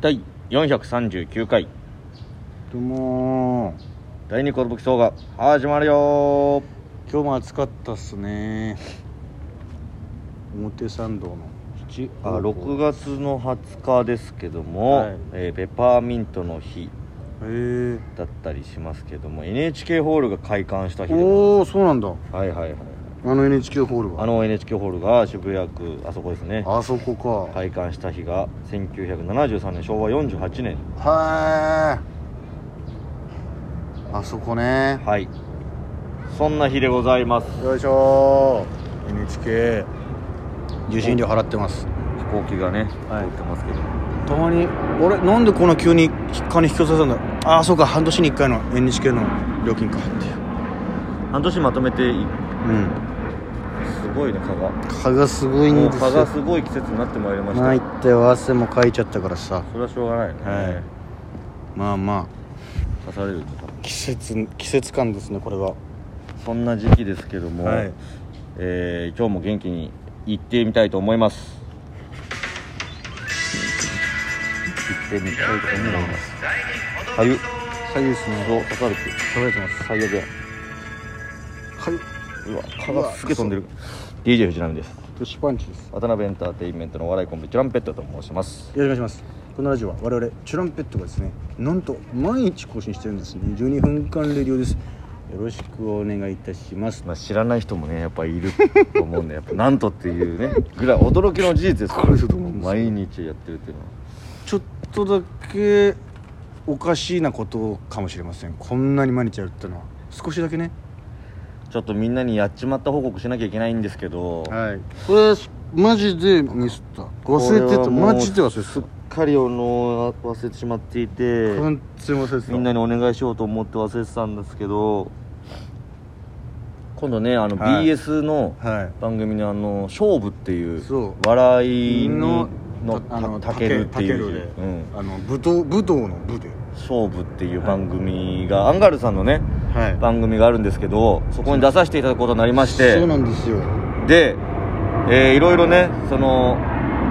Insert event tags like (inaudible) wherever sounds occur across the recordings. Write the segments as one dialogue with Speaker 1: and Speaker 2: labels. Speaker 1: 第439回
Speaker 2: どうもー
Speaker 1: 第2コルブキ総が始まるよ
Speaker 2: 今日も暑かったっすね表参道の七
Speaker 1: あ6月の20日ですけども、
Speaker 2: はい
Speaker 1: えーペパーミントの日
Speaker 2: へ
Speaker 1: だったりしますけども NHK ホールが開館した
Speaker 2: え
Speaker 1: 日でも
Speaker 2: おおそうなんだ
Speaker 1: はいはいはい
Speaker 2: あの NHK ホールは
Speaker 1: あの NHK ホールが渋谷区あそこですね
Speaker 2: あそこか
Speaker 1: 開館した日が1973年昭和48年
Speaker 2: はえあそこね
Speaker 1: はいそんな日でございます
Speaker 2: よいしょー NHK 受信料払ってます
Speaker 1: 飛行機がね、
Speaker 2: はい
Speaker 1: 通ってますけど
Speaker 2: たまに俺なんでこんな急に金引き寄せたんだああそうか半年に1回の NHK の料金かっていう
Speaker 1: 半年まとめてい
Speaker 2: うん
Speaker 1: すごいね蚊が
Speaker 2: 蚊がすごい
Speaker 1: もう
Speaker 2: んです
Speaker 1: 蚊
Speaker 2: よ
Speaker 1: がすごい季節になってまいりました、
Speaker 2: ないってよ汗もかいちゃったからさ
Speaker 1: それはしょうがないね、
Speaker 2: はいまあま
Speaker 1: 刺されると多
Speaker 2: あ
Speaker 1: 分
Speaker 2: 季節季節感ですねこれは
Speaker 1: そんな時期ですけども、
Speaker 2: はい
Speaker 1: えー今日も元気に行ってみたいと思います行ってみたいと思いますかゆっ
Speaker 2: かゆいです
Speaker 1: そう刺されてる
Speaker 2: 食べてます
Speaker 1: 最悪や
Speaker 2: かゆいう
Speaker 1: わ蚊がすげえ飛んでる DJ 藤波です
Speaker 2: プッシュパンチですよ
Speaker 1: 渡辺エンターテインメントのお笑いコンビチュランペットと申します
Speaker 2: ろしくお願いしますこのラジオは我々チュランペットがですねなんと毎日更新してるんですね12分間レディオですよろしくお願いいたします
Speaker 1: まあ、知らない人もねやっぱいると思うんでやっぱなんとっていうねぐらい驚きの事実ですから
Speaker 2: これちょっと思うんですよ
Speaker 1: 毎日やってるっていうのは
Speaker 2: ちょっとだけおかしいなことかもしれませんこんなに毎日やるってのは少しだけね
Speaker 1: ちょっとみんなにやっちまった報告しなきゃいけないんですけど、
Speaker 2: はいこれマジでミスった忘れて
Speaker 1: こは
Speaker 2: た
Speaker 1: もう
Speaker 2: マジで忘れ
Speaker 1: すってかりあの忘れてしまっていて
Speaker 2: た完全に忘れてた
Speaker 1: みんなにお願いしようと思って忘れてたんですけど今度ねあの
Speaker 2: はい
Speaker 1: BS の
Speaker 2: は
Speaker 1: 番組にあの「勝負」っていう
Speaker 2: そう
Speaker 1: 笑い
Speaker 2: い
Speaker 1: の
Speaker 2: の
Speaker 1: たたけるっていう
Speaker 2: で、
Speaker 1: うん
Speaker 2: あの武闘武闘の武で
Speaker 1: 勝負っていう番組が、アンガールズさんのね
Speaker 2: は
Speaker 1: 番組があるんですけどそこに出させていただくことになりまし
Speaker 2: そう
Speaker 1: て
Speaker 2: なんですよ
Speaker 1: で、えーいろいろねその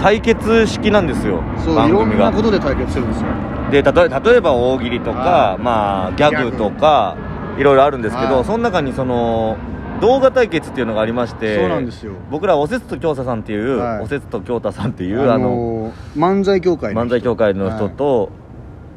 Speaker 1: 対決式なんですよ
Speaker 2: そうい
Speaker 1: 番
Speaker 2: ろ
Speaker 1: 組
Speaker 2: ん
Speaker 1: が
Speaker 2: なことで対決するんですよ
Speaker 1: でたとえ例えば大喜利とか
Speaker 2: あー
Speaker 1: まあギャグとかいろいろあるんですけ
Speaker 2: は
Speaker 1: ど
Speaker 2: い
Speaker 1: その中にその動画対決っていうのがありまして
Speaker 2: そうなんですよ
Speaker 1: 僕らおせつと京太さんっていう、
Speaker 2: はい
Speaker 1: おせつと京太さんっていう、あ
Speaker 2: あ
Speaker 1: の
Speaker 2: の漫才協会の
Speaker 1: 漫才協会の人
Speaker 2: は
Speaker 1: と、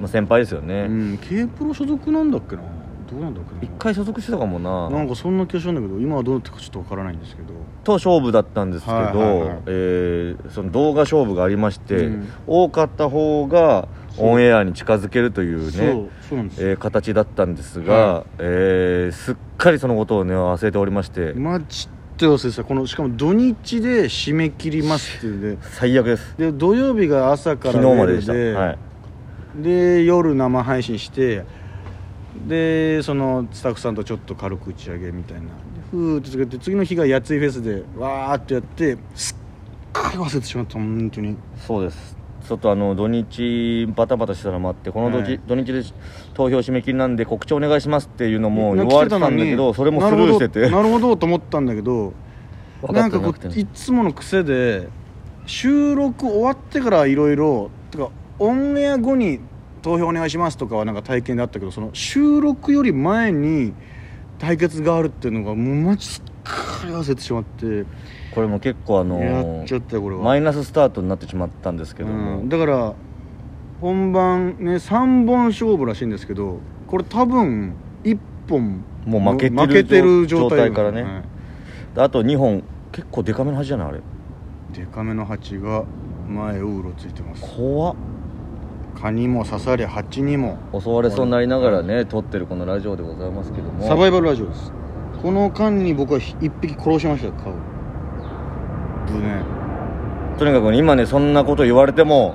Speaker 1: まあ、先輩ですよ
Speaker 2: い
Speaker 1: ね、
Speaker 2: うん、K プロ所属なんだっけなどうなんだっけ
Speaker 1: 一
Speaker 2: な
Speaker 1: 回所属してたかもな
Speaker 2: なんかそんな気がしたんだけど今はどうなってかちょっとわからないんですけど
Speaker 1: と勝負だったんですけど、
Speaker 2: はいはいはい
Speaker 1: えーその動画勝負がありまして、
Speaker 2: うん
Speaker 1: 多かった方が
Speaker 2: そう
Speaker 1: オンエアに近づけるという
Speaker 2: そ
Speaker 1: ね
Speaker 2: うそうなんですよ
Speaker 1: えー形だったんですが、
Speaker 2: は
Speaker 1: えーすっかりそのことをね忘れておりまして
Speaker 2: マジで忘れてたこのしかも土日で締め切りますっていうんで
Speaker 1: 最悪です
Speaker 2: で土曜日が朝から
Speaker 1: 昨日まででした、
Speaker 2: メール
Speaker 1: はい、
Speaker 2: で夜生配信してでそのスタッフさんとちょっと軽く打ち上げみたいなでふーって続けて次の日がやついフェスでわーってやってすっかり忘れてしまった本当に
Speaker 1: そうですちょっとあの土日バタバタしてたのもあってこの土,、
Speaker 2: はい
Speaker 1: 土日で投票締め切りなんで告知お願いしますっていうのも言
Speaker 2: 来
Speaker 1: われてたんだけ
Speaker 2: の
Speaker 1: ど
Speaker 2: に
Speaker 1: それもスルーしてて
Speaker 2: なるほどなるほどと思ったんだけど
Speaker 1: 分か
Speaker 2: な
Speaker 1: っ
Speaker 2: ん
Speaker 1: て
Speaker 2: か
Speaker 1: な
Speaker 2: こ
Speaker 1: くて
Speaker 2: ういつもの癖で収録終わってからいろいろとかオンエア後に投票お願いしますとかはなんか体験であったけどその収録より前に対決があるっていうのがもうマジすっかり忘れてしまって
Speaker 1: これも結構あの
Speaker 2: やっちゃったよこれ
Speaker 1: マ
Speaker 2: は、
Speaker 1: イナススタートになってしまったんですけども、
Speaker 2: うんだから本番ね3本勝負らしいんですけどこれ多分1本
Speaker 1: もう負けてる
Speaker 2: 状
Speaker 1: 状
Speaker 2: 態
Speaker 1: 態からね
Speaker 2: はい
Speaker 1: あと2本結構デカめの端じゃないあれ
Speaker 2: デカめの蜂が前をうろついてます
Speaker 1: 怖っ
Speaker 2: 蚊にも刺され蜂にも
Speaker 1: 襲われそうになりながらね撮ってるこのラジオでございますけども
Speaker 2: サバイバルラジオですこの間に僕はひ一匹殺しました蚊をぶね、
Speaker 1: とにかくね今ねそんなこと言われても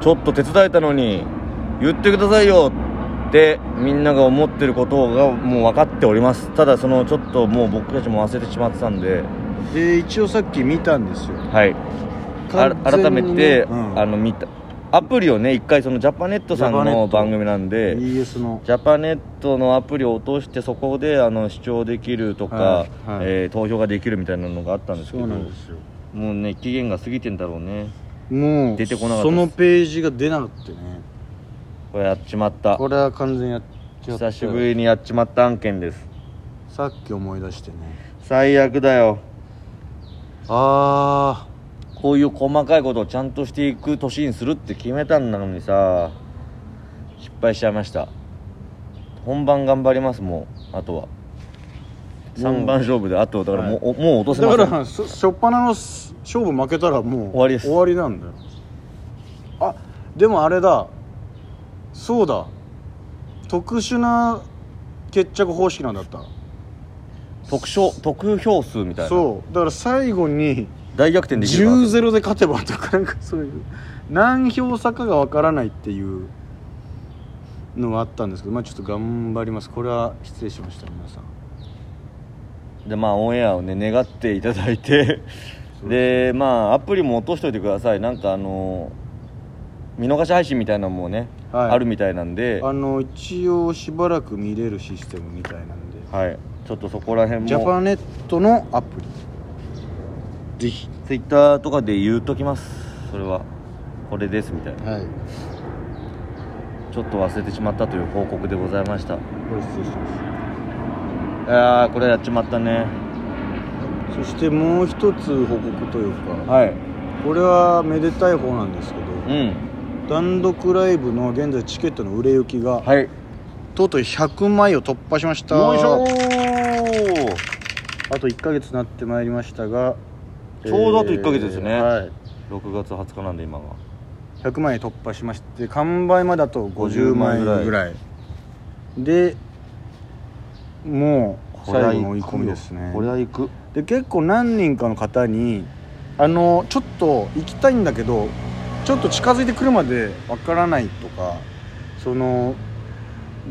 Speaker 1: ちょっと手伝えたのに言ってくださいよってみんなが思ってることがもう分かっておりますただそのちょっともう僕たちも忘れてしまってたんで
Speaker 2: うんで一応さっき見たんですよ
Speaker 1: はいあ改めて、あ
Speaker 2: の
Speaker 1: の見たアプリをね一回そのジャパネットさん
Speaker 2: ジャパネ
Speaker 1: の
Speaker 2: ット
Speaker 1: 番組なんで
Speaker 2: ES の
Speaker 1: ジャパネットのアプリを落としてそこであの視聴できるとか、
Speaker 2: はいはい
Speaker 1: えー投票ができるみたいなのがあったんですけ
Speaker 2: そ
Speaker 1: ど
Speaker 2: うな
Speaker 1: も
Speaker 2: んですよ
Speaker 1: うね期限が過ぎてんだろうね
Speaker 2: もう
Speaker 1: 出てこなかったです
Speaker 2: そのページが出なくてね
Speaker 1: これやっちまった
Speaker 2: これは完全にやっちゃった
Speaker 1: 久しぶりにやっちまった案件です
Speaker 2: さっき思い出してね
Speaker 1: 最悪だよ
Speaker 2: ああ
Speaker 1: こういう細かいことをちゃんとしていく年にするって決めたんなのにさ失敗しちゃいました本番頑張りますもうあとは3番勝負であとだからもう,お、もう落とせま
Speaker 2: だ
Speaker 1: せん
Speaker 2: からそしょっぱなのす勝負負けたらもう
Speaker 1: 終わりです
Speaker 2: 終わりなんだよあでもあれだそうだ特殊な決着方式なんだった
Speaker 1: 特賞得票数みたいな
Speaker 2: そうだから最後に
Speaker 1: 大逆転できるか
Speaker 2: 10
Speaker 1: な
Speaker 2: ゼ0で勝てばとかなんかそういう何票差かがわからないっていうのはあったんですけどまあちょっと頑張りますこれは失礼しました皆さん
Speaker 1: でまあオンエアをね願っていただいて
Speaker 2: そう
Speaker 1: でまあアプリも落としといてくださいなんかあの見逃し配信みたいなのもね、
Speaker 2: はい
Speaker 1: あるみたいなんで
Speaker 2: あの一応しばらく見れるシステムみたいなんで
Speaker 1: はいちょっとそこら辺も
Speaker 2: ジャパネットのアプリぜひ
Speaker 1: ツイッターとかで言うときますそれはこれですみたいな
Speaker 2: はい
Speaker 1: ちょっと忘れてしまったという報告でございました
Speaker 2: これ失礼しま
Speaker 1: あーこれやっちまったね
Speaker 2: すそしてもう一つ報告というか、
Speaker 1: はい
Speaker 2: これはめでたい方なんですけど
Speaker 1: うん
Speaker 2: 単独ライブの現在チケットの売れ行きが、
Speaker 1: はいよいし
Speaker 2: とうとう100枚を突破しました
Speaker 1: ょ
Speaker 2: あと1ヶ月になってまいりましたが
Speaker 1: ちょうどあと1ヶ月ですね
Speaker 2: はい
Speaker 1: ー6月20日なんで今が
Speaker 2: 100枚突破しまして完売までだと50
Speaker 1: 50枚
Speaker 2: 枚
Speaker 1: ぐ
Speaker 2: ぐ
Speaker 1: らい
Speaker 2: らいでもう
Speaker 1: これは行
Speaker 2: 最
Speaker 1: く
Speaker 2: 後の追い
Speaker 1: よ
Speaker 2: 込みですね
Speaker 1: これは行く
Speaker 2: で結構何人かの方にあのちょっと行きたいんだけどちょっと近づいてくるまでわからないとかその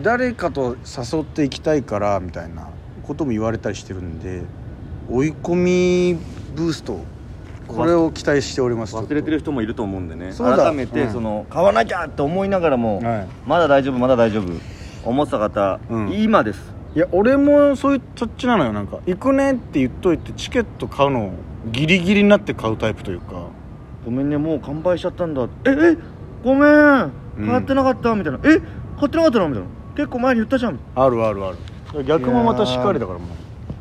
Speaker 2: 誰かと誘って行きたいからみたいなことも言われたりしてるんで追い込みブーストこれを期待しております
Speaker 1: 忘れてる
Speaker 2: ち
Speaker 1: 人もいると思うんでね
Speaker 2: そうだ
Speaker 1: 改めて、
Speaker 2: うん
Speaker 1: その買わなきゃって思いながらも、
Speaker 2: ょっとはい
Speaker 1: まだ大丈夫まだ大丈夫思ってた方、
Speaker 2: うん
Speaker 1: 今です
Speaker 2: いや俺もそういうそっちなのよなんか行くねって言っといてチケット買うのギリギリになって買うタイプというか
Speaker 1: ごめんねもう完売しちゃったんだええごめん
Speaker 2: うん
Speaker 1: 買ってなかった、みたいなえ買ってなかったのみたいな結構前に言ったじゃん
Speaker 2: あるあるある逆もまたしっかりだからもう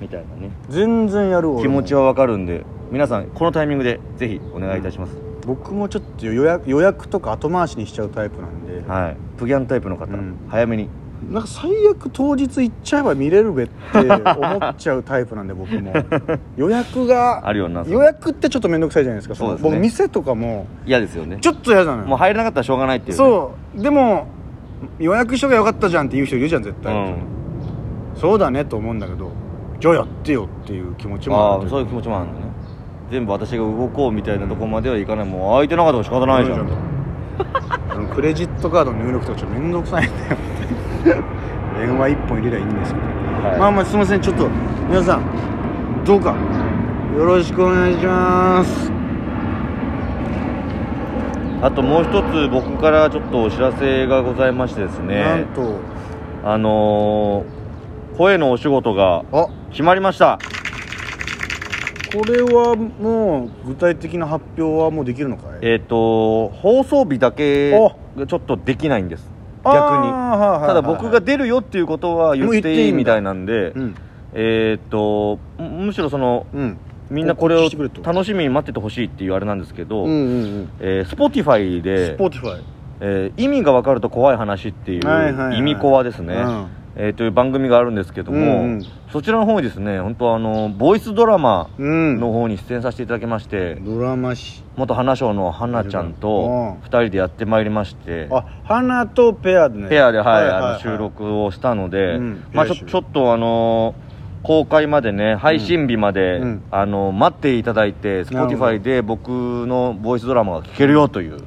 Speaker 1: みたいなね
Speaker 2: 全然やるわ
Speaker 1: 気持ちはわかるんで皆さんこのタイミングでぜひお願いいたします、
Speaker 2: 僕もちょっと予約予約とか後回しにしちゃうタイプなんで、
Speaker 1: はいプギャンタイプの方、
Speaker 2: うん
Speaker 1: 早めに
Speaker 2: なんか最悪当日行っちゃえば見れるべ
Speaker 1: (laughs)
Speaker 2: って思っちゃうタイプなんで僕も予約
Speaker 1: あ
Speaker 2: が
Speaker 1: るようにな
Speaker 2: 予約ってちょっと面倒くさいじゃないですか
Speaker 1: そうですね
Speaker 2: の僕店とかも
Speaker 1: 嫌ですよね
Speaker 2: ちょっと嫌なのよ
Speaker 1: もう入れなかったらしょうがないっていうね、
Speaker 2: そうでも予約しとけばよかったじゃんって言う人いるじゃん絶対、
Speaker 1: うん
Speaker 2: そうだねと思うんだけどじゃあやってよっていう気持ちもあ
Speaker 1: あ
Speaker 2: る
Speaker 1: あ
Speaker 2: と
Speaker 1: そういう気持ちもあるんだね全部私が動こうみたいなとこまではいかないもう空いてなかったら仕方ないじゃん
Speaker 2: あのクレジットカードの入力とかちょっと面倒くさいんだよ電話一本入れりゃいいんですけど、
Speaker 1: はい
Speaker 2: まあまあすいませんちょっと皆さんどうかよろしくお願いします
Speaker 1: あともう一つ僕からちょっとお知らせがございましてです
Speaker 2: なん
Speaker 1: ね
Speaker 2: と
Speaker 1: あのー声のお仕事が
Speaker 2: あ
Speaker 1: 決まりました
Speaker 2: これはもう具体的な発表はもうできるのかい
Speaker 1: えっ、と放送日だけ
Speaker 2: お
Speaker 1: がちょっとできないんです
Speaker 2: あ
Speaker 1: 逆
Speaker 2: ー
Speaker 1: に
Speaker 2: はいはいはい
Speaker 1: ただ僕が出るよっていうことは言
Speaker 2: もう言
Speaker 1: っ
Speaker 2: っていい
Speaker 1: ていい
Speaker 2: んだ
Speaker 1: みたいなんで
Speaker 2: うん
Speaker 1: えっ、とむむしろその
Speaker 2: うん
Speaker 1: みんなこれ
Speaker 2: 報告
Speaker 1: を
Speaker 2: してくれと
Speaker 1: 楽しみに待っててほしいっていうあれなんですけど、
Speaker 2: うんうんうん
Speaker 1: えー、Spotify
Speaker 2: ス
Speaker 1: で
Speaker 2: ポ、ーティファイ
Speaker 1: えー意味が分かると怖い話っていう、
Speaker 2: はいはいはい
Speaker 1: 意味コアですね、
Speaker 2: うん
Speaker 1: えーという番組があるんですけども、
Speaker 2: うんうん
Speaker 1: そちらの方にですね本当あのボイスドラマ
Speaker 2: うん
Speaker 1: の方に出演させていただきまして、
Speaker 2: ドラマ誌
Speaker 1: 元花賞の花ちゃんと
Speaker 2: うん
Speaker 1: 2人でやってまいりまして、
Speaker 2: あ花とペアでね
Speaker 1: ペアで、はいあの
Speaker 2: い
Speaker 1: 収録をしたので、
Speaker 2: うん
Speaker 1: まあ、ちょ
Speaker 2: ペア収録
Speaker 1: ちょっとあの公開までね配信日まで、
Speaker 2: うん
Speaker 1: あの待っていただいて
Speaker 2: なるほど
Speaker 1: Spotify で僕のボイスドラマが聴けるよという、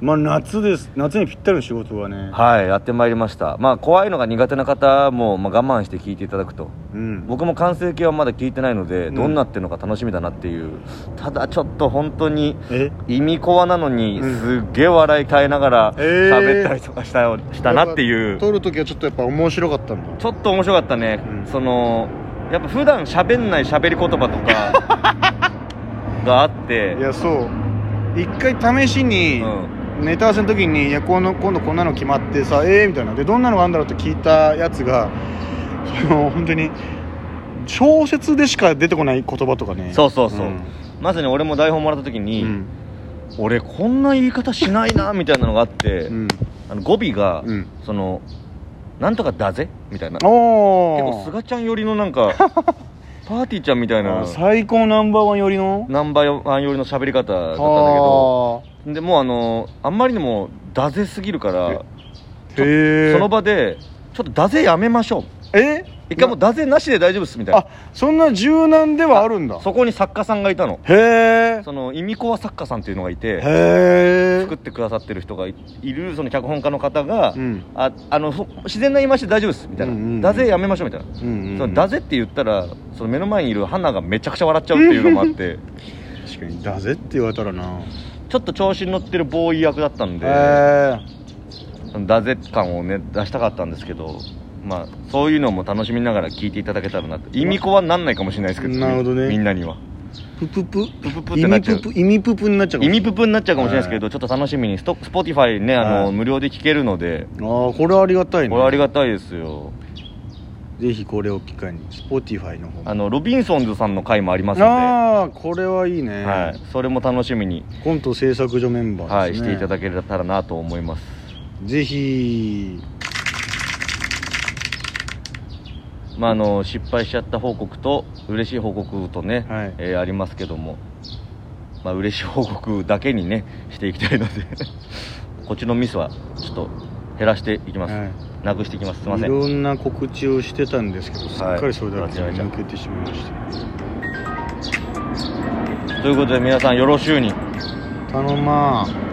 Speaker 2: まあ夏です夏にぴったりの仕事はね
Speaker 1: はいやってまいりましたまあ怖いのが苦手な方も、まあ、我慢して聞いていただくと
Speaker 2: うん
Speaker 1: 僕も完成形はまだ聞いてないので、
Speaker 2: うん
Speaker 1: どうなってるのか楽しみだなっていうただちょっと本当に
Speaker 2: え
Speaker 1: 意味コアなのに
Speaker 2: う
Speaker 1: すっげえ笑い変えながら
Speaker 2: えー
Speaker 1: 喋ったりとかしたよ、したなっていう
Speaker 2: 撮る時はちょっとやっぱ面白かったんだ
Speaker 1: ちょっと面白かったね、
Speaker 2: うん
Speaker 1: そのやっぱ普
Speaker 2: (laughs)
Speaker 1: 段喋んない喋り言葉とかがあって
Speaker 2: いやそう一回試し
Speaker 1: う
Speaker 2: に、
Speaker 1: ん
Speaker 2: ネタ合わせの時にいやこの今度こんなの決まってさええみたいなでどんなのがあるんだろうって聞いたやつがその本当に小説でしか出てこない言葉とかね
Speaker 1: そうそうそう、
Speaker 2: ん
Speaker 1: まさに俺も台本もらった時に、
Speaker 2: うん
Speaker 1: 俺こんな言い方しないなみたいなのがあって、
Speaker 2: うん
Speaker 1: あの語尾が、
Speaker 2: うん
Speaker 1: そのなんとかだぜみたいな結
Speaker 2: お
Speaker 1: 構
Speaker 2: お
Speaker 1: すがちゃん寄りのなん
Speaker 2: (laughs)
Speaker 1: かパーティーちゃんみたいな
Speaker 2: 最高ナンバーワン寄りの
Speaker 1: ナンバーワン寄りの喋り方だったんだけど
Speaker 2: あ
Speaker 1: でもうあのあんまりにもだぜすぎるから
Speaker 2: ーへえ
Speaker 1: その場でちょっとだぜやめましょう
Speaker 2: え
Speaker 1: 一回もうだぜなしで大丈夫っすみたい
Speaker 2: あ
Speaker 1: な
Speaker 2: そんな柔軟ではあるんだ
Speaker 1: そこに作家さんがいたの
Speaker 2: へえ
Speaker 1: その意味子は作家さんっていうのがいて
Speaker 2: へえ
Speaker 1: 作ってくださってる人がいいるその脚本家の方が、
Speaker 2: うん
Speaker 1: ああのそ自然な言い回しで大丈夫ですみたいな、
Speaker 2: うんうんうん
Speaker 1: だぜやめましょうみたいな、
Speaker 2: うんうんうん
Speaker 1: そのだぜって言ったらその目の前にいる花がめちゃくちゃ笑っちゃうっていうのもあって
Speaker 2: (laughs) 確かにだぜって言われたらな
Speaker 1: ちょっと調子に乗ってるボーイ役だったんで、
Speaker 2: へ
Speaker 1: そのだぜ感をね出したかったんですけどまあそういうのも楽しみながら聞いていただけたらなと意味子はなんないかもしれないですけど
Speaker 2: なるほどね
Speaker 1: みんなには
Speaker 2: えプププ
Speaker 1: プププっ
Speaker 2: 意
Speaker 1: てなっ
Speaker 2: 味
Speaker 1: ちゃう
Speaker 2: ププ意味ププになっちゃうか
Speaker 1: 意
Speaker 2: もしれない
Speaker 1: 味ププになっちゃうかもしれないですけど、
Speaker 2: は
Speaker 1: ちょっと楽しみにスト Spotify ねあの、
Speaker 2: はい
Speaker 1: 無料で聞けるので
Speaker 2: ああこれはありがたいね
Speaker 1: これありがたいですよ
Speaker 2: ぜひこれを機会に Spotify の方
Speaker 1: あのロビンソンズさんの回もありますので、
Speaker 2: ああこれはいいね、
Speaker 1: はい、それも楽しみに、
Speaker 2: コント制作所メンバ
Speaker 1: はい、
Speaker 2: ーで
Speaker 1: し
Speaker 2: すね、
Speaker 1: ていただけたらなと思います
Speaker 2: ぜひ
Speaker 1: まああの失敗しちゃった報告と嬉しい報告とね、
Speaker 2: はい
Speaker 1: えーありますけどもまあ嬉しい報告だけにねしていきたいので (laughs) こっちのミスはちょっと減らしていきます、
Speaker 2: は
Speaker 1: なくしていきますすいま
Speaker 2: い
Speaker 1: せん
Speaker 2: ろんな告知をしてたんですけどすっかりそれだけ
Speaker 1: 間違えちゃっ
Speaker 2: 抜けてしまいました、
Speaker 1: ということで皆さんよろしゅうに
Speaker 2: 頼まん